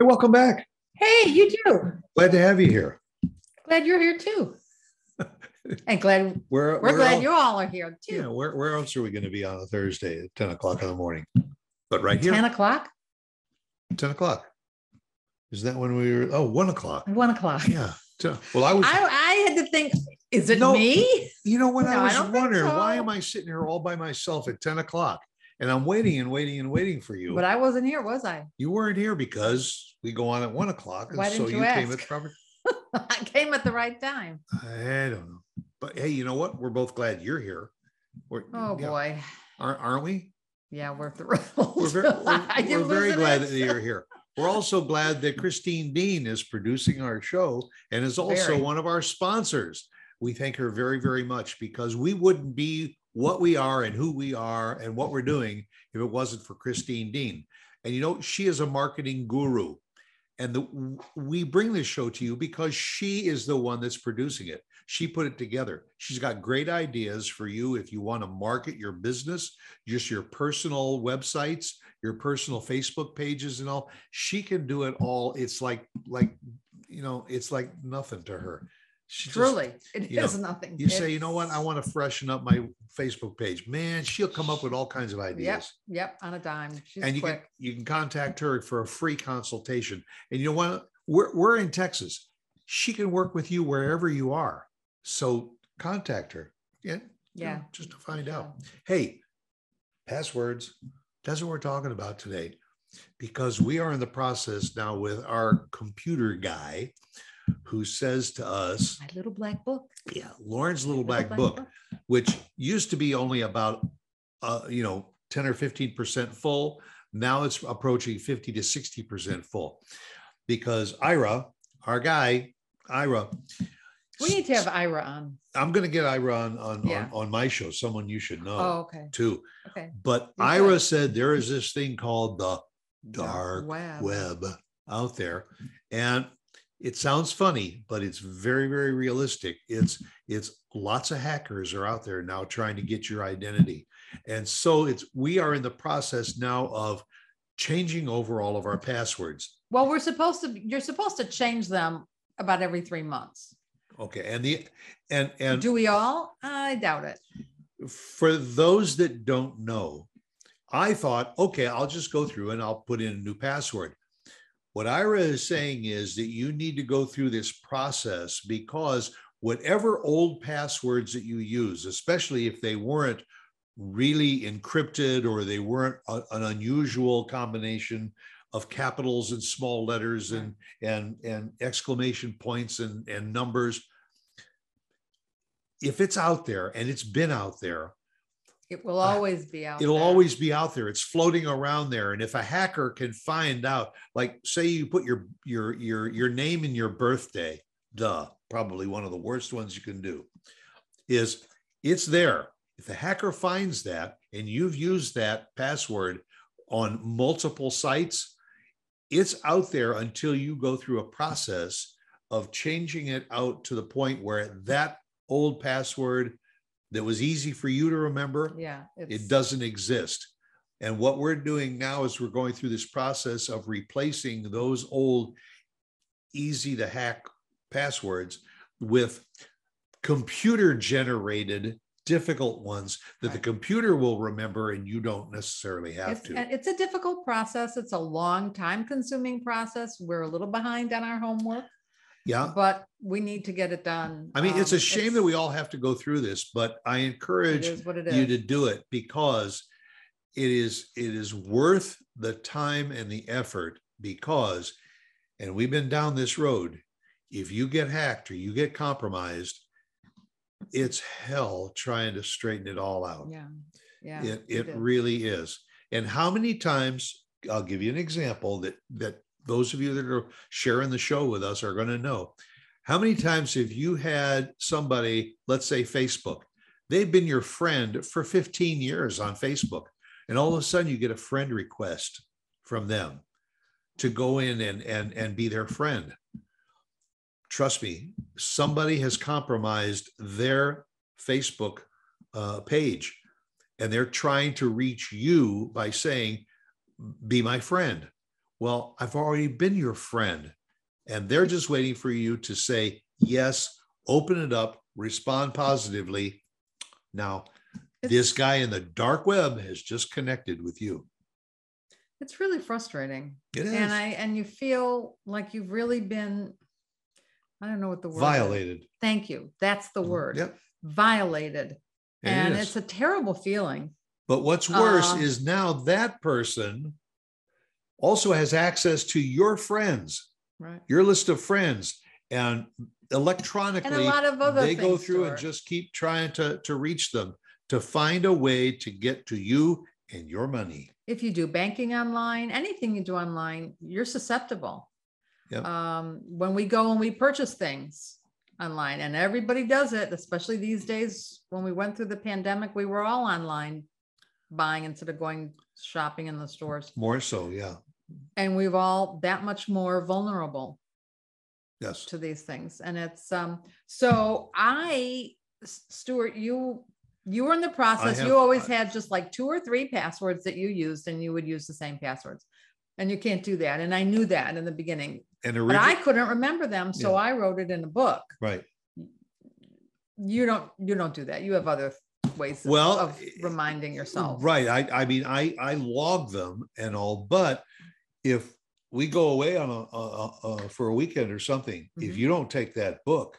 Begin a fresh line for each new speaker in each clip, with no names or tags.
welcome back.
Hey, you too.
Glad to have you here.
Glad you're here too. And glad
Where,
we're
where
glad
else,
you all are here too.
Yeah, where, where else are we going to be on a Thursday at 10 o'clock in the morning? But right here,
10
10,
o'clock,
o'clock. Is that when we were? Oh, one o'clock.
1 o'clock.
Yeah. So- Well, I was,
Mm. I, I had to think, is it
No.
me?
you know what?
No,
I
I
was
don't think
wondering why
so.
am I sitting here all by myself at 10 o'clock? And I'm waiting and waiting and waiting for you.
But I wasn't here, was I?
you weren't here because we go on at one o'clock. And
Why
so
didn't
you,
you
came at
ask?
proper.
I came at the right time.
I don't know. But hey, you know what? We're both glad you're here. We're,
Oh
yeah,
boy.
Aren't, aren't we?
Yeah, we're thrilled.
We're very, we're,
I
we're
didn't
very
listen to
glad
it.
that you're here. We're also glad that Christine Dean is producing our show and is also
Very.
one of our sponsors. We thank her very, very much because we wouldn't be what we are and who we are and what we're doing if it wasn't for Christine Dean. And you know, she is a marketing guru. And the, we bring this show to you because she is the one that's producing it. She put it together. She's got great ideas for you if you want to market your business, just your personal websites, your personal Facebook pages and all. She can do it all. It's like like you know, it's like nothing to her. She just-
Truly, it
you know,
is nothing.
you say, you know what? I want to freshen up my Facebook page. Man, she'll come up with all kinds of ideas
Yep, on a dime. She's
and you
quick.
can you can contact her for a free consultation. And you know what? We're we're in Texas. She can work with you wherever you are. So contact her. Yeah. you know,
yeah.
Just to find
yeah.
out. Hey, passwords. That's what we're talking about today. Because we are in the process now with our computer guy who says to us,
My little black book.
yeah, Lauren's little
Little
black book which used to be only about uh, you know 10 or 15 percent full now it's approaching 50 to 60 percent full because ira our guy ira
We need to have Ira on.
i'm going to get ira on on,
Yeah.
on on my show someone you should know
Oh, okay.
too
Okay.
but
You
ira
should.
said there is this thing called the dark
web.
web out there and it sounds funny but it's very very realistic it's it's lots of hackers are out there now trying to get your identity and so it's we are in the process now of changing over all of our passwords
Well, we're supposed to, you're supposed to change them about every three months.
okay and the and and
Do we all? I doubt it.
for those that don't know, I thought, okay, I'll just go through and I'll put in a new password. What Ira is saying is that you need to go through this process because whatever old passwords that you use, especially if they weren't really encrypted or they weren't a- an unusual combination of capitals and small letters and and and exclamation points and and numbers if it's out there and it's been out there
It will
Uh,
always be out.
it'll
there.
always be out there it's floating around there and if a hacker can find out like say you put your your your your name and your birthday duh probably one of the worst ones you can do is it's there if the hacker finds that and you've used that password on multiple sites it's out there until you go through a process of changing it out to the point where that old password that was easy for you to remember
Yeah.
it doesn't exist. And what we're doing now is we're going through this process of replacing those old, easy to hack passwords with computer generated difficult ones that the
Right.
computer will remember and you don't necessarily have
It's,
to.
and it's a difficult process. It's a long time consuming process. We're a little behind on our homework,
yeah.
but we need to get it done.
I mean, it's
Um,
a shame that we all have to go through this, but I
It
encourage
is what it
you to
is.
do it because it is it is worth the time and the effort because and we've been down this road if you get hacked or you get compromised it's hell trying to straighten it all out
Yeah. Yeah.
it it
is.
really is and how many times i'll give you an example that that those of you that are sharing the show with us are going to know how many times have you had somebody let's say facebook they've been your friend for 15 years on facebook and all of a sudden you get a friend request from them to go in and and and be their friend trust me somebody has compromised their facebook uh, page and they're trying to reach you by saying, "Be my friend." Well, I've already been your friend. And they're just waiting for you to say, yes, open it up, respond positively. Now,
It's-
this guy in the dark web has just connected with you.
It's really frustrating.
It is
And I and you feel like you've really been I don't know what the word is.
violated. Mm-hmm.
Thank you. That's the word.
Yep.
Violated.
it
and
is.
it's a terrible feeling.
But what's worse
Uh,
is now that person also has access to your friends,
Right.
your list of friends, and
And a
electronically
lot of other
they go
things,
through and
Stuart.
just keep trying to to reach them to find a way to get to you and your money.
if you do banking online, anything you do online, you're susceptible.
Yep.
Um, when we go and we purchase things online, and everybody does it, especially these days when we went through the pandemic, we were all online buying instead of going shopping in the stores.
More so, yeah.
And we've all that much more vulnerable
Yes.
to these things. And it's um, so I, S- Stuart, you you were in the process.
have-
you always had just like two or three passwords that you used, and you would use the same passwords. And you can't do that. And I knew that in the beginning,
And
but I
originally,
couldn't remember them, so
Yeah.
I wrote it in a book.
right.
You don't you don't do that. You have other ways of-
Well, eh,
of reminding yourself.
Right. I, I mean, I, I log them and all, but if we go away on a, a, a- a- for a weekend or something, if
Mhm.
you don't take that book,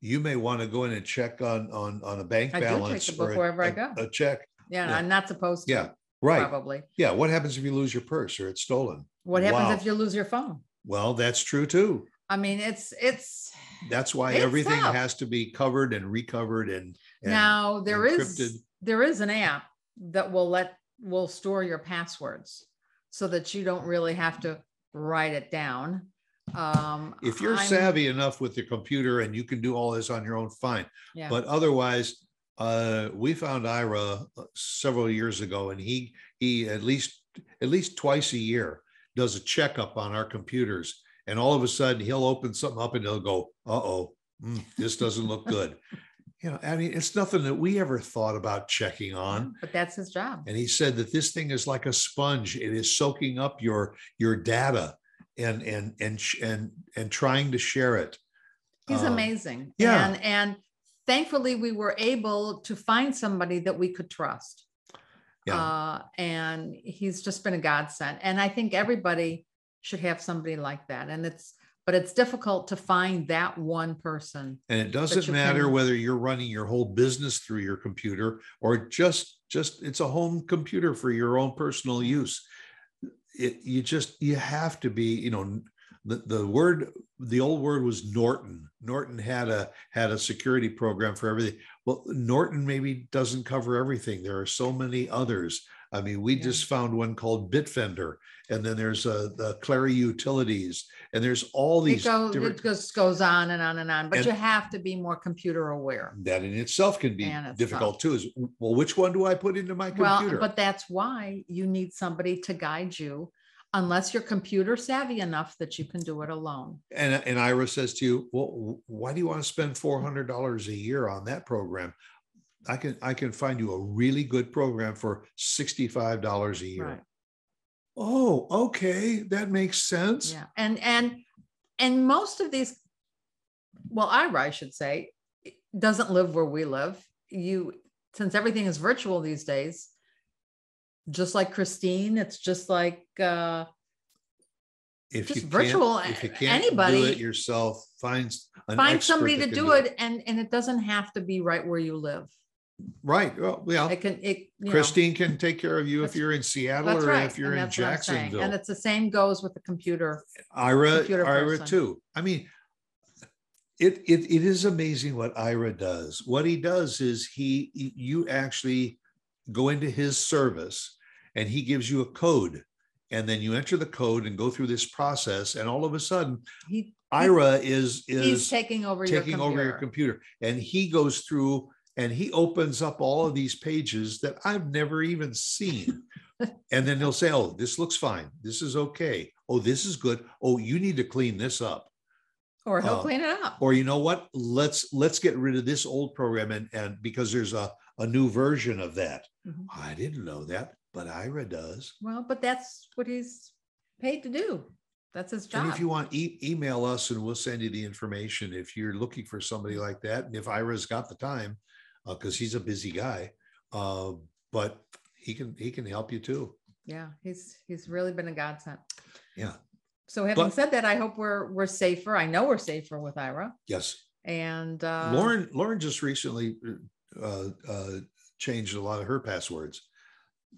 you may want to go in and check on, on, on a bank
I do take the
balance
book
or a-
wherever I
a-
go.
A check.
Yeah, and
Yeah.
I'm not supposed to.
Yeah. Right.
Probably.
Yeah. What happens if you lose your purse or it's stolen?
What happens
Wow.
if you lose your phone?
Well, that's true too.
I mean, it's it's
That's why
It's
everything
tough.
has to be covered and recovered and, and
now there is
encrypted.
there is an app that will let will store your passwords so that you don't really have to write it down um
if you're
I'm-
savvy enough with your computer and you can do all this on your own, fine.
yeah
But otherwise, uh, we found Ira uh, several years ago, and he he at least at least twice a year does a checkup on our computers. And all of a sudden, he'll open something up and he'll go, "Uh oh, mm, this doesn't look good." you know, I mean, it's nothing that we ever thought about checking on.
but that's his job
And he said that this thing is like a sponge; it is soaking up your your data and and and sh- and and trying to share it.
he's
Um,
amazing
yeah.
and and thankfully we were able to find somebody that we could trust
Yeah.
uh and he's just been a godsend and i think everybody should have somebody like that and it's but it's difficult to find that one person
And it doesn't
you
matter
can-
whether you're running your whole business through your computer or just just it's a home computer for your own personal use. It, you just you have to be you know the, the word the old word was Norton. Norton had a had a security program for everything. Well, Norton maybe doesn't cover everything. There are so many others. I mean, we
Yeah.
just found one called Bitfender, and then there's uh, the Clary Utilities, and there's all
it
these
goes
different.
it just goes on and on and on but
And-
you have to be more computer aware
that in itself can be
Man, it's
difficult too. Is well, which one do I put into my
well
computer?
but that's why you need somebody to guide you unless you're computer savvy enough that you can do it alone
and and Ira says to you, well, why do you want to spend four hundred dollars a year on that program? I can I can find you a really good program for sixty five dollars a year.
right
Oh, okay, that makes sense.
yeah and and and most of these well ira i should say doesn't live where we live you since everything is virtual these days just like christine it's just like uh
If
Just
you can't-
virtual, eh,
if you can't do
anybody-
it yourself, find an
find
expert
somebody
that
to
can
do it and and it doesn't have to be right where you live
Right. Well, yeah.
it can it you know,
Christine can take care of you if
That's-
you're in Seattle
That's
or
right.
if you're
and
in
that's what I'm saying.
Jacksonville.
And it's the same goes with the computer.
Ira,
computer
Ira
person.
too. I mean, it, it it is amazing what Ira does. What he does is he you actually go into his service and he gives you a code. And then you enter the code and go through this process, and all of a sudden,
He
Ira is is
he's taking over
taking
your computer.
over your computer, and he goes through and he opens up all of these pages that I've never even seen, and then he'll say, "Oh, this looks fine. This is okay. Oh, this is good. Oh, you need to clean this up."
or he'll
uh,
clean it up.
or you know what let's let's get rid of this old program and and because there's a a new version of that
Mhm.
i didn't know that but ira does
Well, but that's what he's paid to do. That's his job.
And if you want, e- email us and we'll send you the information if you're looking for somebody
Mm.
like that. And if Ira's got the time, because he's a busy guy, uh, but he can he can help you too.
yeah, he's he's really been a godsend.
Yeah.
So having
But-
said that, I hope we're we're safer. I know we're safer with Ira.
Yes,
And uh,
Lauren Lauren just recently uh, uh, changed a lot of her passwords.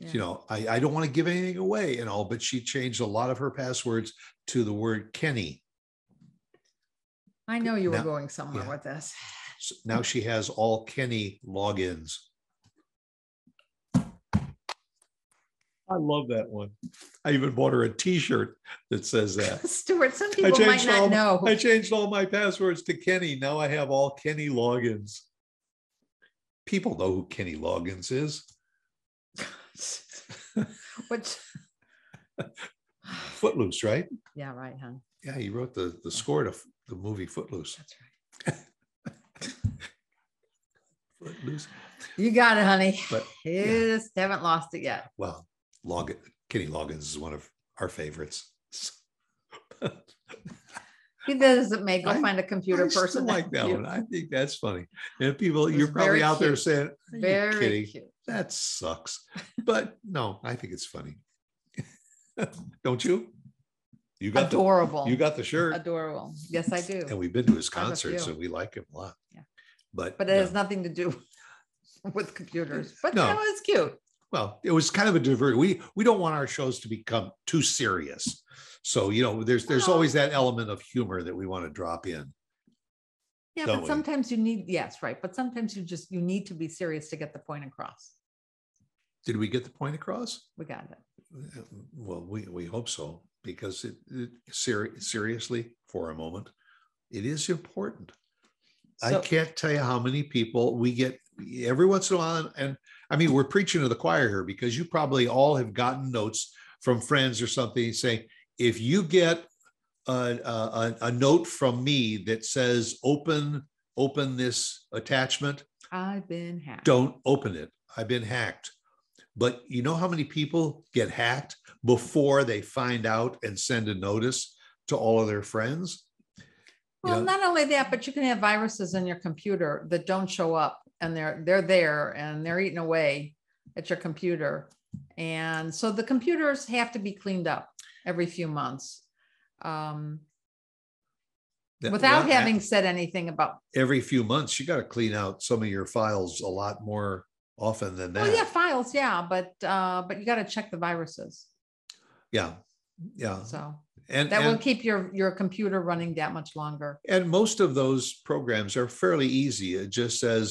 yeah.
You know, I, I don't want to give anything away and all, but she changed a lot of her passwords to the word Kenny.
I know you were
now-
going somewhere
yeah.
with this.
So now she has all Kenny logins. I love that one. I even bought her a T-shirt that says that.
Stuart, some people might
changed all
not know.
I changed all my passwords to Kenny. Now I have all Kenny logins. People know who Kenny Loggins is.
Which
Footloose, right?
yeah, right, huh?
Yeah, he wrote the the score to the movie Footloose.
That's right.
Footloose.
You got it, honey.
But,
you just haven't lost it yet.
Well, Log Kenny Loggins is one of our favorites.
He doesn't make go
I-
find a computer
I still
person.
like that
cute.
one. I think that's funny. And people,
It
you're
was
probably
very
out there
cute.
saying, "Are you
Very
kidding?
cute.
That sucks." But no, I think it's funny. Don't you? You got the
Adorable.
you got the shirt,
adorable. Yes, I do.
and we've been to his
I have a
concerts,
few.
and we like him a lot.
Yeah.
But
but it
no.
has nothing to do with computers. But
No.
no, it's cute.
well, it was kind of a divert. We we don't want our shows to become too serious. So you know, there's there's
Well-
always that element of humor that we want to drop in.
Yeah,
Don't
but
we?
sometimes you need yes, right. But sometimes you just you need to be serious to get the point across.
Did we get the point across?
We got it.
Uh, Well, we we hope so because it, it seri- seriously for a moment, it is important. I
So-
can't tell you how many people we get every once in a while, and I mean we're preaching to the choir here because you probably all have gotten notes from friends or something saying if you get a, a, a- a note from me that says open open this attachment
I've been hacked.
don't open it. I've been hacked. But you know how many people get hacked before they find out and send a notice to all of their friends?
Well,
Yeah.
not only that, but you can have viruses in your computer that don't show up and they're they're there and they're eating away at your computer. And so the computers have to be cleaned up every few months. Um,
That-
without
that-
having said anything about
every few months, you got to clean out some of your files a lot more often than that.
well, Oh, yeah, files, yeah, but uh, but you got to check the viruses.
yeah. Yeah.
So
Uh-huh. And
that will
and,
keep your your computer running that much longer.
and most of those programs are fairly easy. It just says,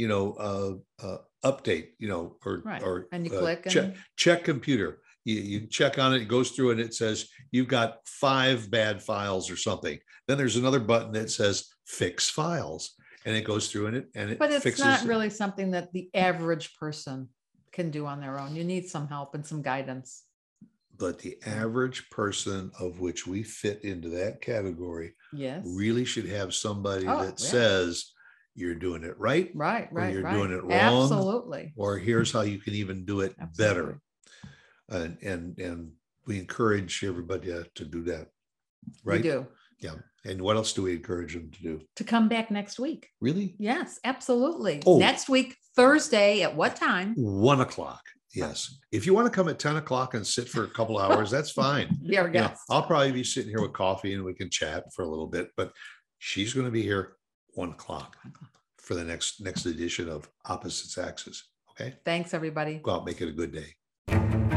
you know, uh, uh, update, you know, or
Right.
or
and you
uh,
click and
check, check computer. You, you check on it, it goes through and it says you've got five bad files or something. Then there's another button that says fix files and it goes through and it and it
but it's
fixes
not
it.
really something that the average person can do on their own. You need some help and some guidance.
but the average person of which we fit into that category
Yes.
really should have somebody
Oh,
that
yeah.
says you're doing it right
Right,
Or
right,
you're
right.
doing it wrong.
Absolutely.
or here's how you can even do it better.
Absolutely.
And and and we encourage everybody to do that.
We
Right.
do.
And what else do we encourage them to do?
To come back next week.
Really?
Yes, absolutely.
Oh.
Next week, Thursday, at what time?
One o'clock. Yes. If you want to come at 10 o'clock and sit for a couple hours, that's fine.
Be our
You know,
guest.
I'll probably be sitting here with coffee and we can chat for a little bit, but she's going to be here one o'clock for the next next edition of Opposites Axis. Okay.
Thanks, everybody.
Go out, make it a good day.